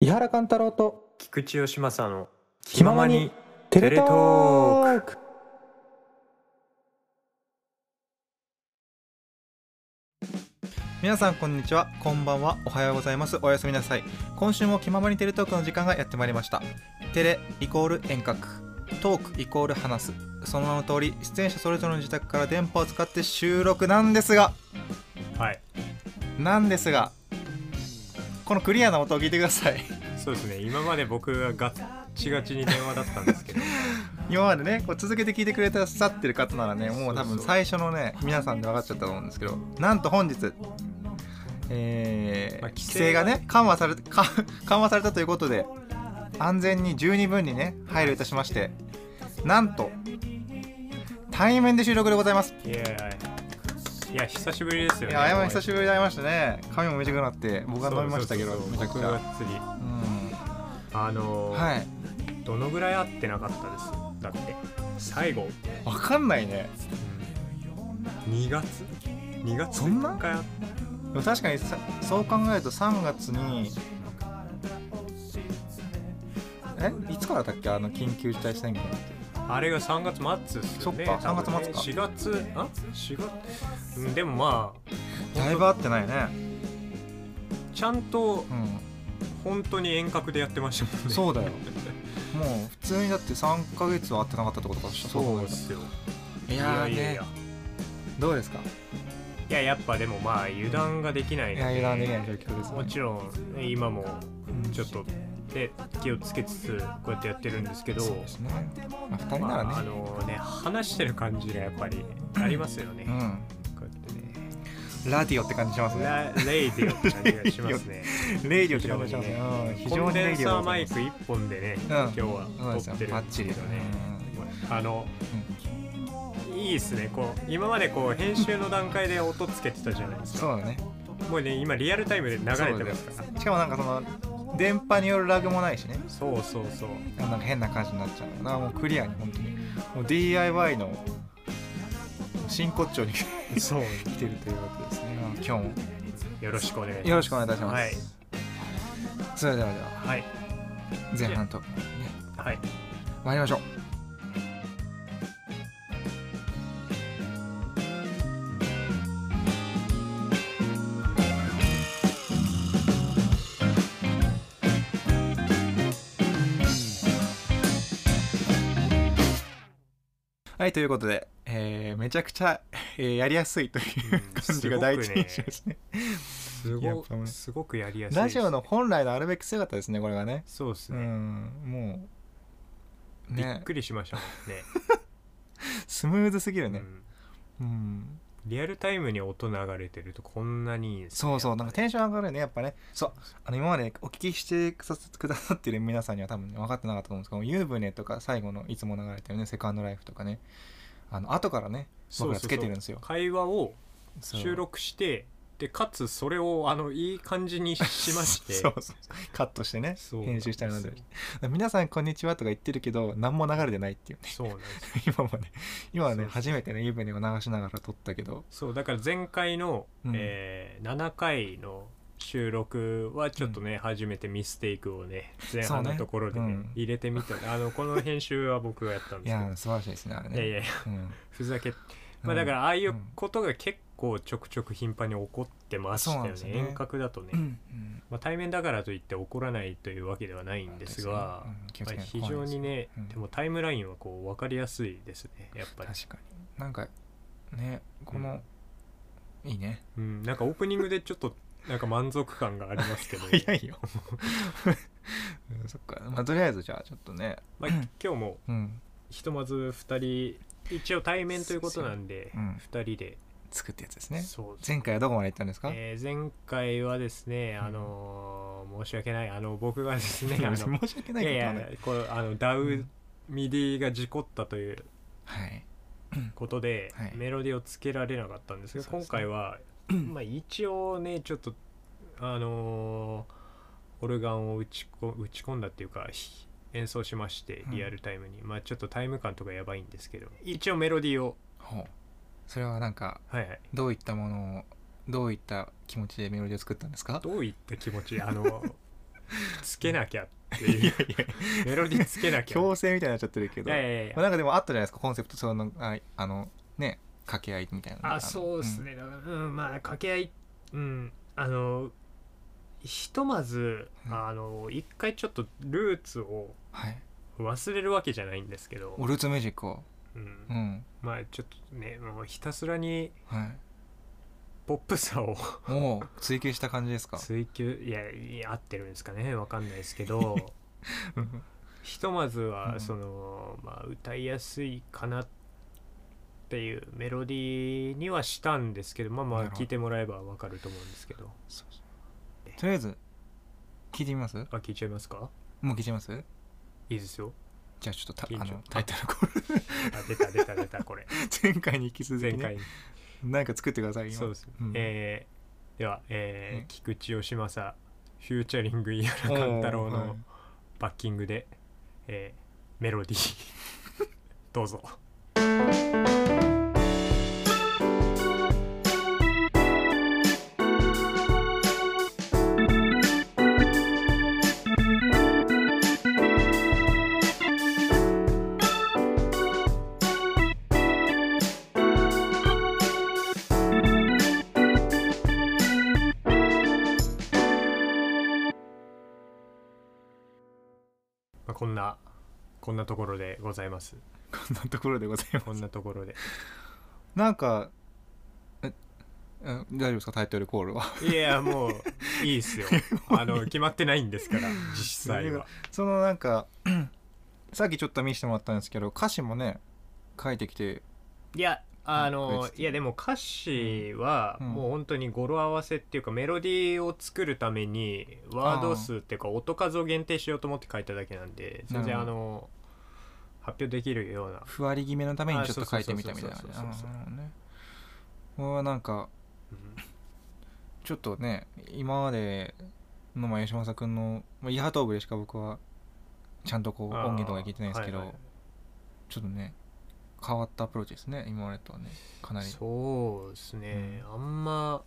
伊原貫太郎と菊池義正の気ままにテレトーク皆さんこんにちはこんばんはおはようございますおやすみなさい今週も気ままにテレトークの時間がやってまいりましたテレイコール遠隔トークイコール話すその名の通り出演者それぞれの自宅から電波を使って収録なんですがはいなんですがこのクリアな音を聞いてくださいそうですね今まで僕がガッチガチに電話だったんですけど今までねこう続けて聞いてくれてらっしゃってる方ならねもう多そう分そう最初のね皆さんで分かっちゃったと思うんですけどなんと本日えーまあ規制がね緩和され か緩和されたということで安全に十二分にね配慮いたしましてなんと対面で収録でございますいやいやいや久しぶりですよいねやあやま久ぶしぶりに会いましたね髪も短くなって僕が飲みましたけどめちゃくちがっゃつりうんあのーはいどのぐらい会ってなかったですだって最後、わかんないね2月2月そんな一回会っでも確かにさそう考えると3月にえいつからだっけあの緊急事態宣言あれが3月末っすよねそっか多分ね3月末4月あ4月うんでもまあだいぶ合ってないねちゃんうと本当に遠隔でやってましたもんねそうだよんもう普通にだって3ヶ月は会ってなかったってことかそそう考えっすよたいやーねいやいやどうですかいややっぱでもまあ油断ができないいねや油断できない状況ですねもちろんね今もうんちょっとで気をつけつつこうやってやってるんですけどそうですね、まあ、2人ならまね、ああのね話してる感じがやっぱりありますよねこうやっうんラディオって感じしますねてねラレイディオって感じがします ねレイディオって感じしますねうん非常にコンデレンイディサオーマイでク1本でね、うん今日は撮ってるんですけどね、あの、いいですねこう今までこう編集の段階で音つけてたじゃないですすそかうだねもうね今リアルタイムで流れてますからしかもなんかその電波によるラグもないしねそうそうそうなんか変な感じになっちゃうのだからもうクリアに本当にもう DIY の真骨頂に来そうてるというわけですね今日もよろしくお願いしますよろしくお願いいたします、はいそれではでははい前半とはい参りましょうはいということで、えーめちゃくちゃ、えーやりやすいという感じが第一印象ですねすやっごぱねすごくやりやすいラジオの本来のあるべき姿ですねこれがねそうですうね、んもうびねっくりしましたもんねスムーズすぎるね、うんうん、リアルタイムに音流れてるとこんなにいいですねそうそうなんかテンション上がるよねやっぱねそうあの今までお聞きしてくださくださってる皆さんには多分、ね、分かってなかったと思うんですけど湯船とか最後のいつも流れてるねセカンドライフとかねあの後からねそう僕らそうそうつけてるんですよ会話をそう収録してでかつそれをあのいい感じにしましてそうそうカットしてねそう編集したりなんだりそう皆さんこんにちはとか言ってるけど何も流れてないっていうねそうなんです今まで今はそうねそう初めてね湯船を流しながら撮ったけどそうだから前回の、うんえー7回の収録はちょっとね、初めてミステイクをね前半そうのねところでねうん入れてみたあのこの編集は僕がやったんいですや素晴らしいですねあれけどいやいねやいやうんふざけうんまあだからああいうことが結構ちょくちょく頻繁に起こってましたよそうなんね,、ですよね遠隔だとね、うんうんまあ、対面だからといって起こらないというわけではないんですが、うん気をつけまなあいと非常にね、うんでもタイムラインはこう分かりやすいですねやっぱり、確かになんかねこの、いいねうん、なんかオープニングでちょっとなんか満足感がありま すけどいようんそっかまあとりあえずじゃあちょっとねまあ、今日もうんひとまず2人一応対面ということなんで、そううん2人で、作ったやつですねそうですね前回はどこまで行ったんですか、えー前回はですね、うんあのー申し訳ないあの僕 がですねあ申のし訳ないいこやといはやねこうあのダウ、うんミディが事故ったというはいことで、はいメロディーをつけられなかったんですけどそうですね今回は、まあ、一応ねちょっとあのーオルガンを打ちこ打ち込んだっていうかひ演奏しましてうんリアルタイムに、まあちょっとタイム感とかやばいんですけど一応メロディーをほうそれはなんかはいはいどういったものをどういった気持ちでメロディーを作ったんですかどういった気持ちあのつけなきゃっていうメロディーつけなきゃ強制みたいになっちゃってるけいどやいやいやまあ、なんかでもあったじゃないですかコンセプトそのああのね掛け合いみたいなのがあそうです、ねだからうんまあ掛け合いうんあのひとまずうんあの一回ちょっとルーツをうんはい忘れるわけじゃないんですけどオ、ルツミュージックをうんうんまあちょっとねもうひたすらにはいポップさをもう追求した感じですか追求いやいや合ってるんですかねわかんないですけ どうんひとまずうはんその、まあ、歌いやすいかなっていうメロディーにはしたんですけどまあまなあるほど聞いてもらえばわかると思うんですけど とりあえず聞いてみますあ聞いちゃいますかもう聞いてますいいですよじゃあちょっとた緊張あのタイトルコール あ出た出た出たこれ前回に引き続き、 前ね、回、なんか作ってください今そうです、うんえーでは、えーうん菊池義政フューチャリング井原貫太郎おーはのいバッキングで、えーメロディー どうぞまあ、こんなこんなところでございますこんなところでござい ますこんなところでなんかえうん大丈夫ですかタイトルコールは いやもういいっす よあの決まってないんですから実際はそのなんか さっきちょっと見せてもらったんですけど歌詞もね書いてきていやあの別にいやでも歌詞はうんもう本当に語呂合わせっていうかメロディーを作るためにワード数っていうか音数を限定しようと思って書いただけなんで全然なあるほの発表できるようなふわり気味のためにあちょっと書いてみたみたいなそうねそうあそうなそるうそほうどねこれはなんかうんちょっとね今までのまあ吉政君のまあイハトーブでしか僕はちゃんとこうあー音源とか聞いてないですけど、はいはいちょっとね変わったアプローチですね今までとはねかなりそうですね、あんま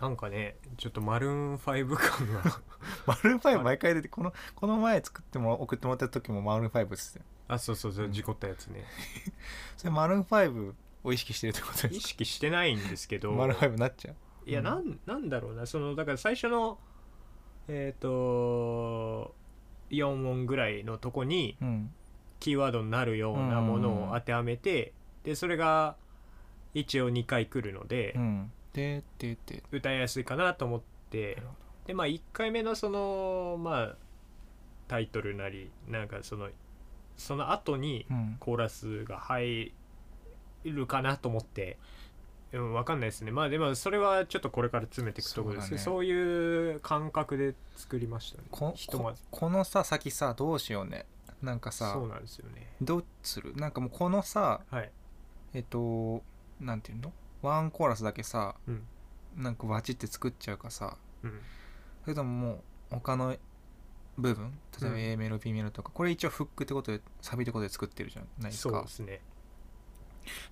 なんかねちょっとマルーン5感がマルーンファイブ毎回出てこのこの前作っても送ってもらった時もマルーンファイブですよあそうそうそううん事故ったやつね、それマルーンファイブを意識してるってことで意す識してないんですけか どマルーンファイブになっちゃういや、なんなんだろうなそのだから最初のえっ、と4音ぐらいのとこにうんキーワードになるようなものを当てはめて、でそれが一応2回来るので、うんででで歌いやすいかなと思ってなるほでまあ1回目のそのまあタイトルなりなんかそのその後にうんコーラスが入るかなと思って、うん、分かんないですねまあでもそれはちょっとこれから詰めていくところですけどそ,、そういう感覚で作りましたねこひとまずここのさ先さどうしようねなんかさそうなんですよねどうするなんかもうこのさはいえっとなんていうのワンコーラスだけさ、うんなんかわちって作っちゃうかさうんそれとももう他の部分例えうばん A メロ B メロとか、これ一応フックってことでサビってことで作ってるじゃないですそうかですね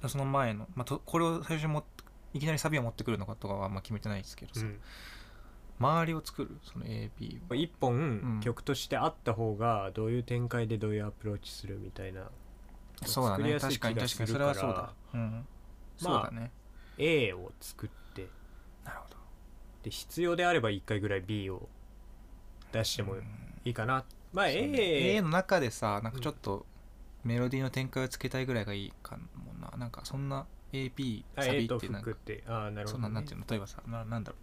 その前の、まあ、とこれを最初に持っていきなりサビを持ってくるのかとかはあんま決めてないですけどうさ、ん周りを作るその AB を一本、ん曲としてあった方がどういう展開でどういうアプローチするみたいなそうだ作りねやすい確かに気が確かにすそれるからはそうだ、うん、そうだね A を作ってなるほどで必要であれば1回ぐらい B を出してもいいかな、まあそうね A, A の中でさなんかちょっとメロディーの展開をつけたいぐらいがいいかもななんかそんな AB あサビ A っとてなん服かってああなるそほんど、ななね、んていうの例えばさななんだろ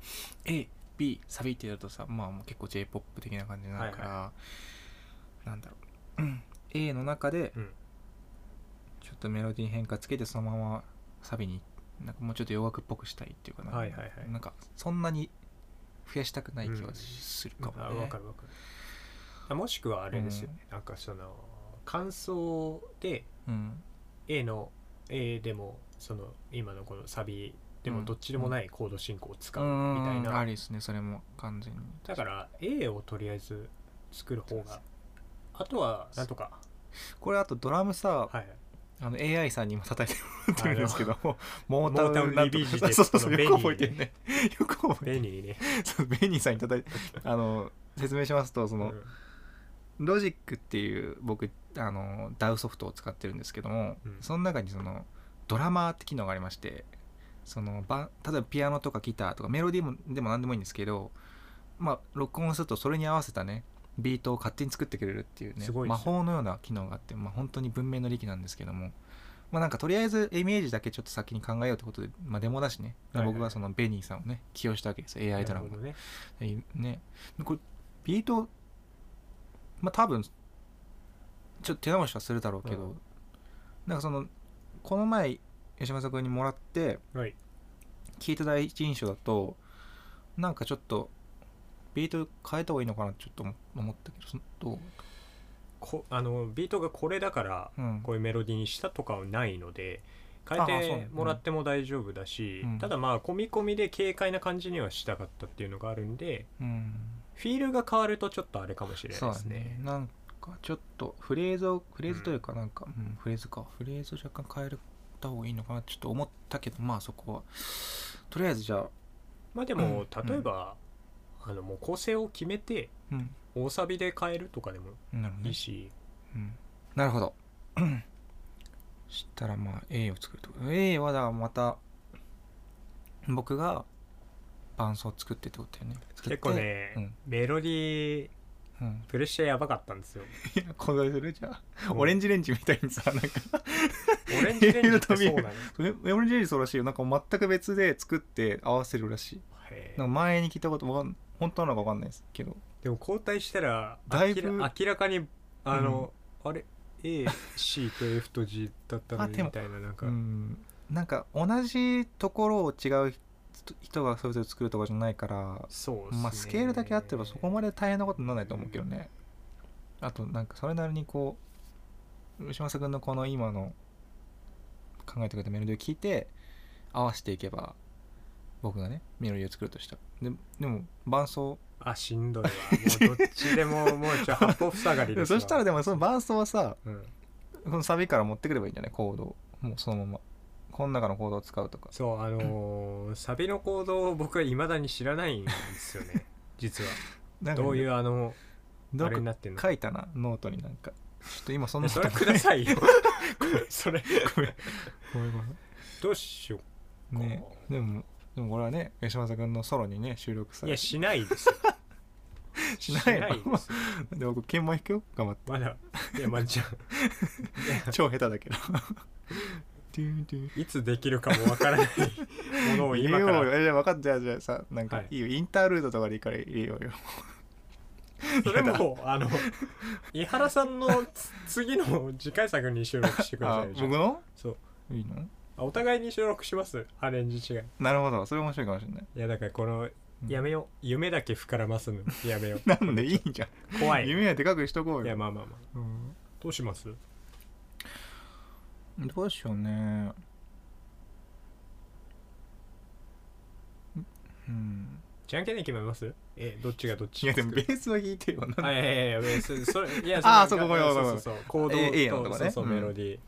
う AB サビってやるとさまあもう結構 j p o p 的な感じになるから、はなんだろううん A の中でうんちょっとメロディー変化つけてそのままサビになんかもうちょっと洋楽っぽくしたいっていうかな,、はいはいはいなんかそんなに増やしたくない気うはんするかもね、あ分かる分かるあもしくはあれですよね、なんかその感想でうん A の A でもその今のこのサビでうもんどっちでもないコード進行を使ううんみたいな、ありですねそれも完全にだから A をとりあえず作る方があとはなんとかこれあとドラムさ、はいはいあの AI さんにも叩いてもらってるんですけどもモータモータウウンンなんリとビージかでそうそうそうあのよく覚えてるねよく覚えてる便利ね、そうベニーさんに叩いてあの説明しますとそうの、んロジックっていう僕あの DAW ソフトを使ってるんですけども、うんその中にそのドラマーって機能がありましてそのば例えばピアノとかギターとかメロディーもでも何でもいいんですけどまあ録音するとそれに合わせたねビートを勝手に作ってくれるっていうねすごいですね魔法のような機能があって、まあ、本当に文明の利器なんですけどもまあなんかとりあえずイメージだけちょっと先に考えようってことで、まあ、デモだしね、はいはい僕はそのベニーさんをね起用したわけですよ AI ドラマなるほどねいいねこれビートまあ多分ちょっと手直しはするだろうけど、うんなんかそのこの前吉村君にもらってはい聞いた第一印象だとなんかちょっとビート変えた方がいいのかなってちょっと思思ったけどそのどうこあのビートがこれだからうんこういうメロディーにしたとかはないのであ変あそうえねてもらっても大丈夫だし、うんただまあ込み込みで軽快な感じにはしたかったっていうのがあるんでうんフィールが変わるとちょっとあれかもしれなそういだですねねなんかちょっとフレーズをフレーズというかなんか、うんフレーズかフレーズを若干変えた方がいいのかなってちょっと思ったけどまあそこはとりあえずじゃあまあでもうん例えば、あのもう構成を決めてうん大サビで変えるとかでもなるほどいいねし、うんなるほど。 そしたらまあ A を作るってこと。A はだからまた僕が伴奏を作ってってことだよね。作って結構。ね、うんメロディー うん、プレッシャーやばかった んですよいや、混在するじゃん。うんオレンジレンジみたいに さ、なんか、オレンジレンジってそうなの、ね、オレンジレンジそうらしいよ。なんか全く別で作って合わせるらしい。へなんかえ前に聞いたことわかん、本当なのかわかんないですけど。でも交代したらだいぶ明ら明らかにあの、あれ AC と F と G だったのあにでもみたいななんか、うん、なんか同じところを違う人人がそれぞれ作るとかじゃないから、そうっすねまあスケールだけあってればそこまで大変なことにならないと思うけどね、あとなんかそれなりにこう牛政君のこの今の考えてくれたメロディーを聞いて合わせていけば僕がねメロディーを作るとしたらででも伴奏あしんどいわもうどっちでももうちょ八方塞がりで すそわしたらでもその伴奏はさうん、このサビから持ってくればいいんじゃないコードをもうそのままこの中のコードを使うとかそうあのーサビの行動を僕はいまだに知らないんですよね実はなんかねどういうあのどあっれかになってんの書いたなノートになんかちょっと今そんなそれください よそれごめんごめんどうしよこうねでもでもこれはね吉政君のソロにね収録さうれいやてしないですよ しないのですよで僕鍵盤弾くよ頑張っまだいやまあじゃ て超下手だけどデューンデューンあいつできるかもわからないものを入今れかよう よらえじゃあ分かったじゃあじゃあさなんはかいいいよ、インタールードとかでいいから入れようよそれもあの井原さんのつ次の次回作に収録してくだあさいよじゃあ僕のそういいのあお互いに収録しますアレンジ違いなるほどそれ面白いかもしれないいやだからこのうんやめよう夢だけ膨らますのやめようなんでいいじゃん、怖いい夢はでかくしとこうやよ、まあまあまあうんどうしますどうしようねうんじゃんけんで決めますえどっちがどっちいやでもベースは弾いてよなんであいやいやいや別にそれいや あーれそうごめんごめんごめんそうそうそう行動と、えええのとかねそうそううんメロディ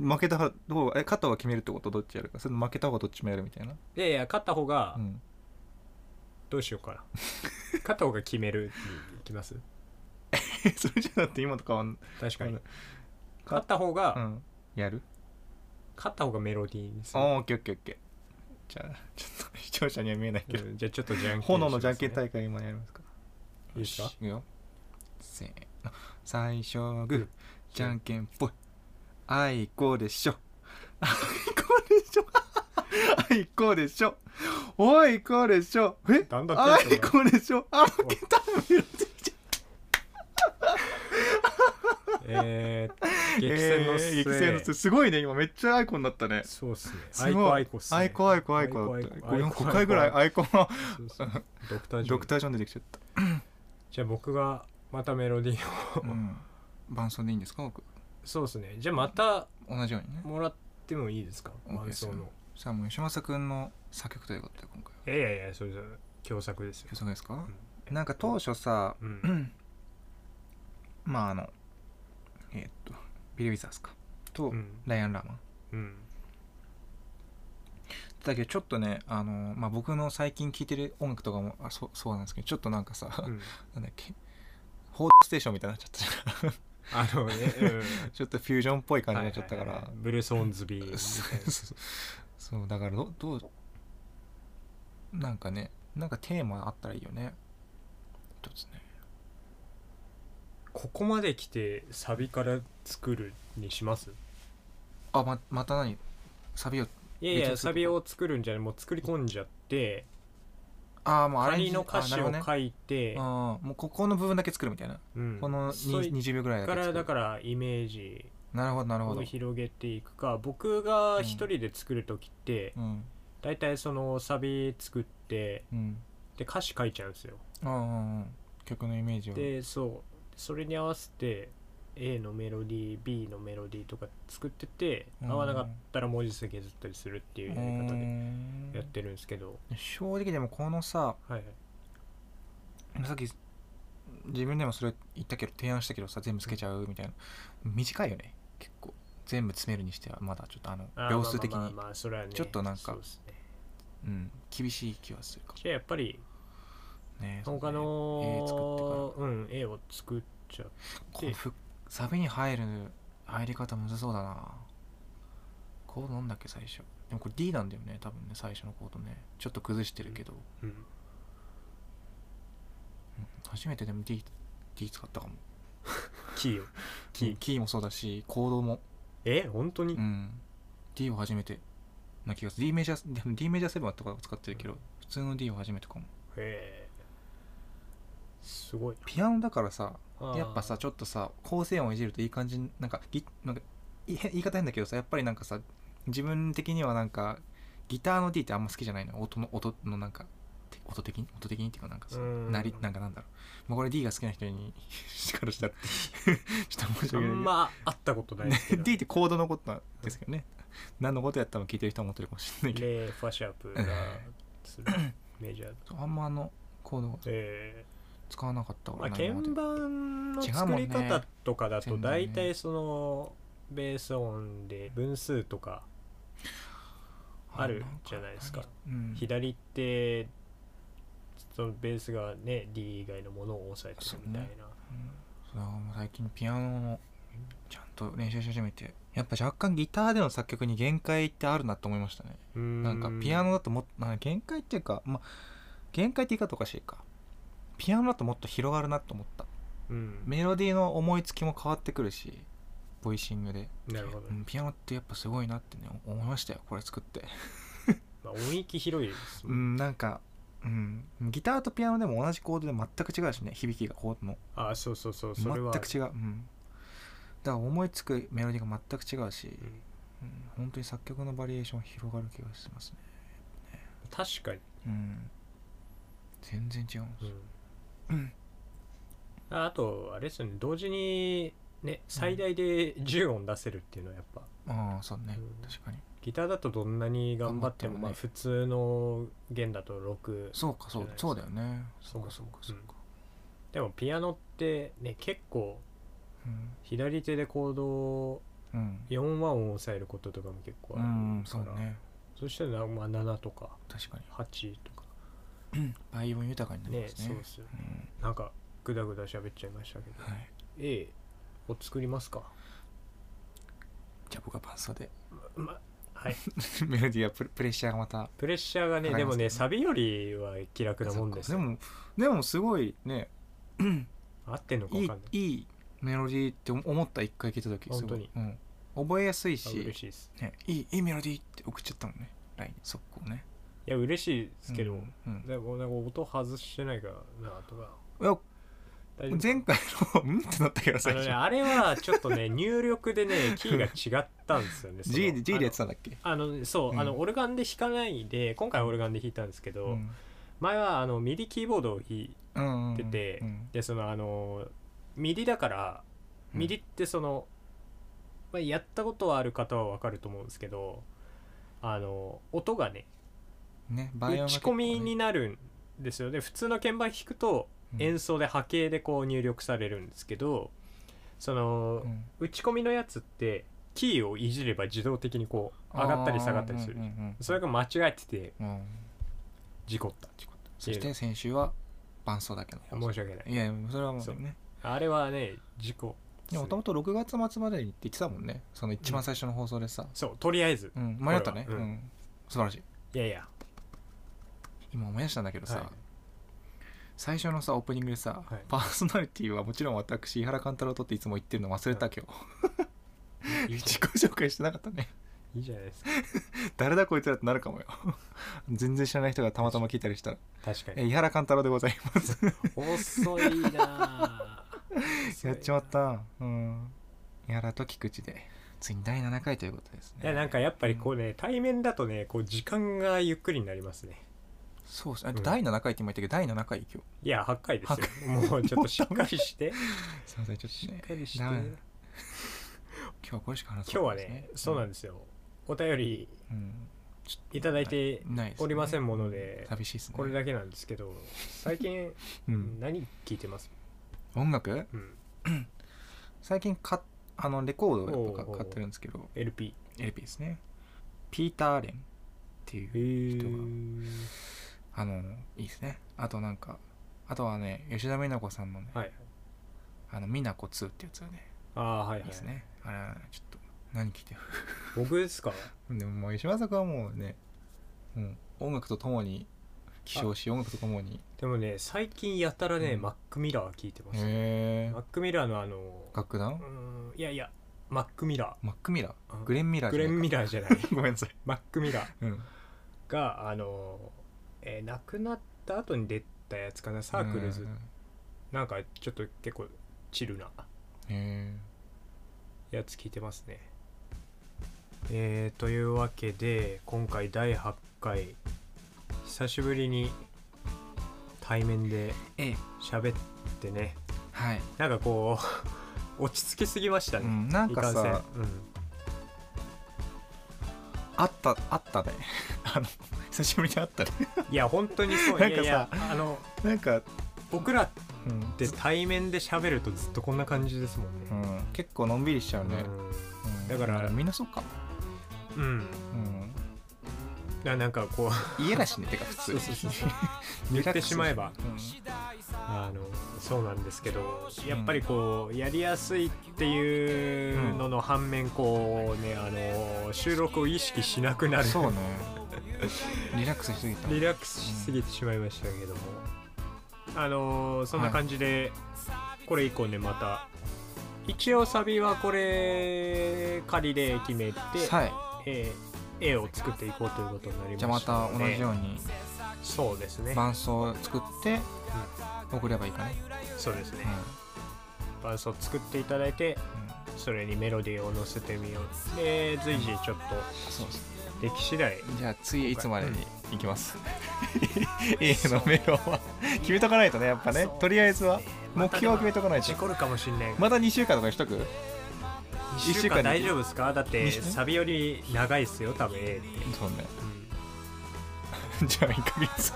ー、負けた方え勝った方が決めるってことどっちやるかそれとも負けた方がどっちもやるみたいな、いやいや勝った方がうん、 どうしようかな、勝った方が決めるにいきますそれじゃなくて今とかは確かうにん勝った方が、うんやる勝った方がメロディーにすおる、ーオッケーオッケーオッケーじゃあちょっと視聴者には見えないけど、うんじゃあちょっとじゃんけんしますね、 炎のじゃんけん大会今やりますかいいですかよしいくよせーの最初はグーじゃんけんぽいあいこでしょ あいこでしょ あいこでしょおいこでしょえだんだんあテンシいョンこでしょあ負けたメロディーじゃんがえ ー、激戦の末、えー激戦の末すごいね今めっちゃアイコンになったねそうっすねすアイごいコアイコっすねアイコンアイコンアイコンアだイっコたアイコ5回ぐらいアイコン がそうそうドクタージョドンクター・ジョン出てきちゃ ったじゃあ僕がまたメロディーを、うん伴奏でいいんですか僕そうですねじゃあまた同じようにねもらってもいいですかオッケー伴奏ですのよさあもう吉政君の作曲ということで今回はいやいやいやそれじゃ共作ですよよ、さですかなんか当初さ うん、まああのえーっとビリー・ウィザーズかと、うんライアン・ラーマンうんだけどちょっとね、あのまあ、僕の最近聴いてる音楽とかもあそそうなんですけどちょっとなんかさ、うんなんだっけ「報道ステーション」みたいになっちゃったじゃん あのね、うん、ちょっとフュージョンっぽい感じになっちゃったかはいはいらはいブルース・オンズビーみたいそうそうそうだからどどうなんかねなんかテーマあったらいいよね一つねなここまで来てサビから作るにしますあままた何サビをいやい別やにするサビを作るんじゃないもう作り込んじゃってああもうアレンジ仮の歌詞をあなるほ書いて、どねあーもうここの部分だけ作るみたいな、うんこのそにい20秒ぐらいだけか作らるだからイメージなるほどなるほをど、広げていくか僕が一人で作る時ってうん大体そのサビ作ってうん、で歌詞書いちゃうんですよああ曲のイメージをでそうそれに合わせて A のメロディー B のメロディーとか作っててうん合わなかったら文字数削ったりするっていうやり方でやってるんですけどうーん正直でもこのさはいさっき自分でもそれ言ったけど提案したけどさ全部つけちゃうみたいな短いよね結構全部詰めるにしてはまだちょっとあのあー秒数的まあまあにまあまあそれはねちょっとなんかそうですねうん厳しい気はするかじゃあやっぱりもね他えー作のっうん A を作っちゃうこのふサビに入る入り方むずそうだなコードなんだっけ最初でもこれ D なんだよね多分ね最初のコードねちょっと崩してるけど、うん初めてでも D, D 使ったかもキーをキーキーもそうだしコードもえ本当にうん、D を初めてな気がする D メジャーでも D メジャー7とかを使ってるけど、普通の D を初めてかもへえすごいピアノだからさなやっぱさちょっとさ構成音をいじるといい感じになんかぎなんかい言い方変だけどさやっぱりなんかさ自分的にはなんかギターの D ってあんま好きじゃないの音の音のなんかて音的に音的にっていうかなんかさうんなりなんかなんだろうもうこれ D が好きな人に からしたら ちょっと申し訳あないけどんま会ったことないですけど D ってコードのことなんですけどね何のことやったの聞いてる人は思ってるかもしれないけどレファシャープが するメジャーそうあんまあのコードえ使わなかったーまあ、俺鍵今まで違盤のうも作んねり方とかだと全然ね大体そのベース音で分数とかあるじゃないですか、うん、左ってそのベースがね D 以外のものを押さえてるみたいな、そうだからもう最近ピアノのちゃんと練習し始めてやっぱ若干ギターでの作曲に限界ってあるなと思いましたねうーんなんかピアノだともっとなんか限界っていうかまあ限界って言い方おかしいかピアノだともっと広がるなと思ったうんメロディーの思いつきも変わってくるしボイシングで、なるほど、うんピアノってやっぱすごいなってね思いましたよこれ作ってまあ、音域広いですうもん、んなんか、うん、ギターとピアノでも同じコードで全く違うしね響きがコードのあそうそうそうそれは全く違う、うん、だから思いつくメロディーが全く違うし、ううんん、本当に作曲のバリエーション広がる気がしますね、確かにうん、全然違うんですようんああとあれですよね同時にね最大で10音出せるっていうのはやっぱ、ああそうねうん確かにギターだとどんなに頑張って頑張ってももねまあ普通の弦だと6そうかそうじゃないですかそうだよねそそううかそうかそうか、でもピアノってね結構うん左手でコードをうん4和音を抑えることとかも結構うあるから、ん、そうねそしたら、まあ、7とか確かに8とか倍音豊かになりねますそねうですようんなんかグダグダ喋っちゃいましたけどはい、 A を作りますか、じゃあ僕はパンストで ま、はいメロディーはプレプレッシャーがまたプレッシャーが ねかかりでまもすねねサビよりは気楽なもんですでよもでもすごいね合ってんのかい分いかんないいいメロディーって思った一回聞いた時すごい本うん、覚えやすいあし嬉しいですね、いいいいメロディーって送っちゃったもんね LINE 速攻ねいや嬉しいですけど、うんうんでもなんか音外してないかなとかいや大丈夫前回の うんってなったけどあ最のね初あれはちょっとね 入力でねキーが違ったんですよねその G, で G でやってたんだっけあのあのそう、うんあのオルガンで弾かないで今回はオルガンで弾いたんですけど、うん前はあのミディキーボードを弾いうんうんてて、うんでそのあのミディだからうんミディってその、まあ、やったことはある方は分かると思うんですけどあの音がねね打バイオンがち結込構ねみになるんですよね普通の鍵盤弾くと演奏で波形でこう入力されるんですけどそのうん打ち込みのやつってキーをいじれば自動的にこう上がったり下がったりする、うんうんそれが間違えててうんうん事故った事故ったそしいて先週は伴奏だけのや申し訳ないいやいやそれはもうねあれはね事故もともと6月末までにって言ってたもんねその一番最初の放送でさ、そうとりあえずうん迷ったね、これはうんうん素晴らしいいやいや今思い出したんだけどさ、はい最初のさオープニングでさ、はいパーソナリティはもちろん私井原貫太郎とっていつも言ってるの忘れた今日、いいじ自己紹介してなかったねゃんいいじゃないですか誰だこいつらってなるかもよ全然知らない人がたまたま聞いたりしたら確かえに井原貫太郎でございます遅いなぁ やっちまったうん井原と菊池でついに第7回ということですねいやなんかやっぱりこうね対面だとねこう時間がゆっくりになりますねそうですね、うん第7回って今言ったけど第7回今日いや8回ですよもうちょっとしっかり してすいませんちょっとねしっかりしてダ今メだ今日はこれしか話日はねそうなんでですよお便りす、うんちょっといただいてないですねおりませんもので寂しいですねこれだけなんですけど最近うん、何聴いてます音楽うん最近かあのレコードをやっぱおうおう買ってるんですけど LP LP ですねピーター・アレンっていへうえあのいいですねあとなんかあとはね吉田美奈子さんのね「はいあの美奈子2」ってやつがねああはいいいはいですねあれはねちょっと何聴いてる僕ですかでももう吉村作はもうねもう音楽とともに起床し音楽とともにでもね最近やたらねうんマックミラー聴いてますねへえマックミラーのあの楽団うーんいやいやマックミラマックミラあーグレンミラーーグじゃレないかンミラーじゃないごめんなさい、マックミラーうん、があの、えー亡くなった後に出たやつかなサークルズ、うんうんなんかちょっと結構チルなうんへやつ聞いてますねえー、というわけで今回第8回久しぶりに対面でえええ喋ってねはいなんかこう落ち着きすぎましたうね、ん、なんいかかんせんさうんあったあったね あの久しぶりに会った ねいや本当 にそうなんかさいやいやあのなんか、僕らっうんて対面で喋るとずっとこんな感じですもんね、うん、結構のんびりしちゃうね、うんだからみんなそうか、うん、うん、うん、ななんかこう家だしねてか普通そうそうそうそう言ってしまえば、うんあのそうなんですけどやっぱりこうやりやすいっていうのの反面こうねあの収録を意識しなくなるそうねリラックスしすぎたリラックスしすぎてしまいましたけども、あのーそんな感じで、これ以降ねまた一応サビはこれ仮で決めて、はえー A を作っていこうということになりいましじたゃあまたの同でじようにそうですね伴奏を作って送ればいいかね、そうですねうん伴奏作っていただいてうんそれにメロディーを乗せてみようで随時ちょっそうそうとでき次第じゃあ次いつまでに行きます A のメロは決めとかないとねやっぱねとりあえずは目標は決めとかないと事故るかもしんないまた2週間とかにしとく1週間大丈夫ですかだって二週間サビより長いっすよ多分 A って、そうねうんじゃあ1ヶ月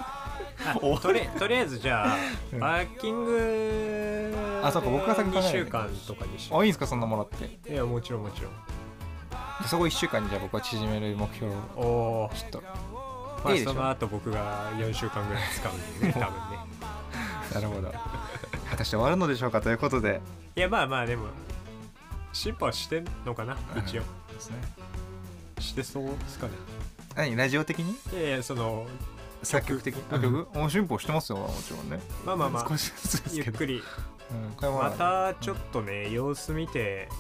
あ終わ とりとりあえずじゃあ、うんパーキングあそうか僕が先に考え2ない週間とかにしあいよいんですかそんなもらってういやもちろんもちろんそこ1週間にじゃあ僕は縮める目標をおおちょっとまいあいでしょその後僕が4週間ぐらい使うんでね 多分ねなるほど果たして終わるのでしょうかということでいやまあまあでも進歩はしてんのかな一応ですねしてそうですかね何ラジオ的にいやいやその作曲的にあ曲お進歩してますよもちろんねまあまあまあ少しずつですゆっけどくりうんこれはまたちょっとね様子見て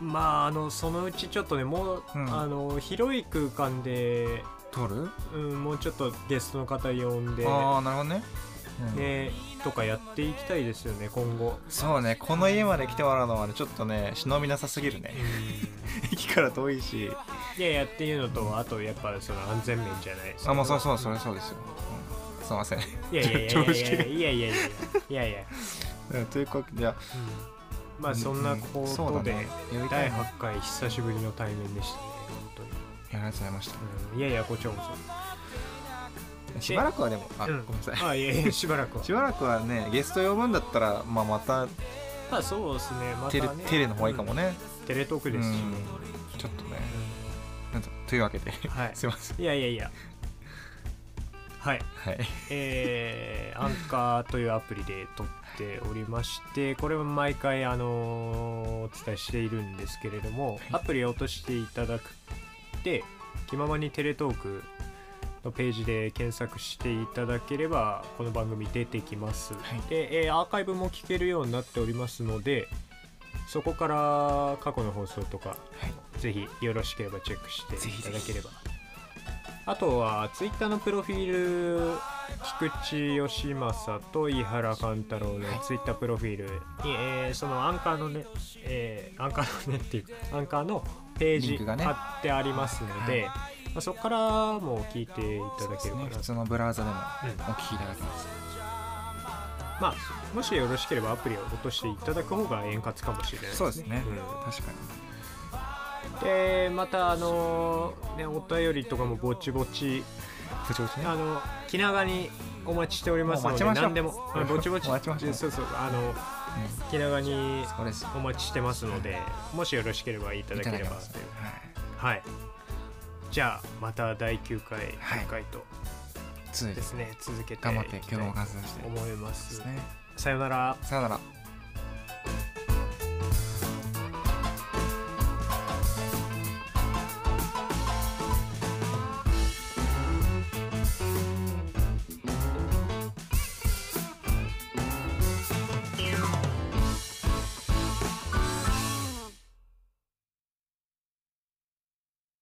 まああのそのうちちょっとねもう、うんあの広い空間で撮るうん、もうちょっとゲストの方呼んで、ああなるほどねうんね、とかやっていきたいですよね今後そうねこの家まで来てもらうのはねちょっとね忍びなさすぎるね 駅から遠いしいやいやっていうのとあとやっぱその安全面じゃないですかあもうそうそうそれそうですよ、うんすいませんいやいやいや常識がいやいやいやいやいやいやいやいや、うんというわけでうんまあそんなこそうとだで、ねやりた第いな8回久しぶりの対面でしたね本当に、いやありがとうございましたうん、いやいやこちらこしばらくはでもあ、うんごめんなさい そあいやいやしばらくはしばらくはねゲスト呼ぶんだったら、まあ、またまあそうですねまたテレねテレの方がいいかもね、うんテレトークうですしね、んちょっとねなんとというわけでうんはいすいませんいやいやいやはいはいえー、アンカーというアプリで撮っておりましてこれも毎回、あのーお伝えしているんですけれどもアプリを落としていただくで気ままにテレトークのページで検索していただければこの番組出てきます、はいで、えーアーカイブも聞けるようになっておりますのでそこから過去の放送とかぜひよろしければチェックしていただければあとはツイッターのプロフィール菊池義正と井原貫太郎のツイッタープロフィールに、えーそのアンカーのね、えーアンカーのねっていうかアンカーのペリーンジクがね貼ってありますので、まあ、そこからも聞いていただければねなと普通のブラウザでもうんお聞きいただけますまあもしよろしければアプリを落としていただく方が円滑かもしれないそうですね、うん確かでまたあのーねお便りとかもぼちぼちに不調子ねあの気長にお待ちしておりますのでもう待ちましょう何でもあぼちぼち待ちましょうそうそうあの気長にそうですお待ちしてますのでもしよろしければいただければますというはいはいじゃあまた第9回はい10回と続いてですね、続けて頑張っていき今た日もい観察してと思いまですすねさよならさよなら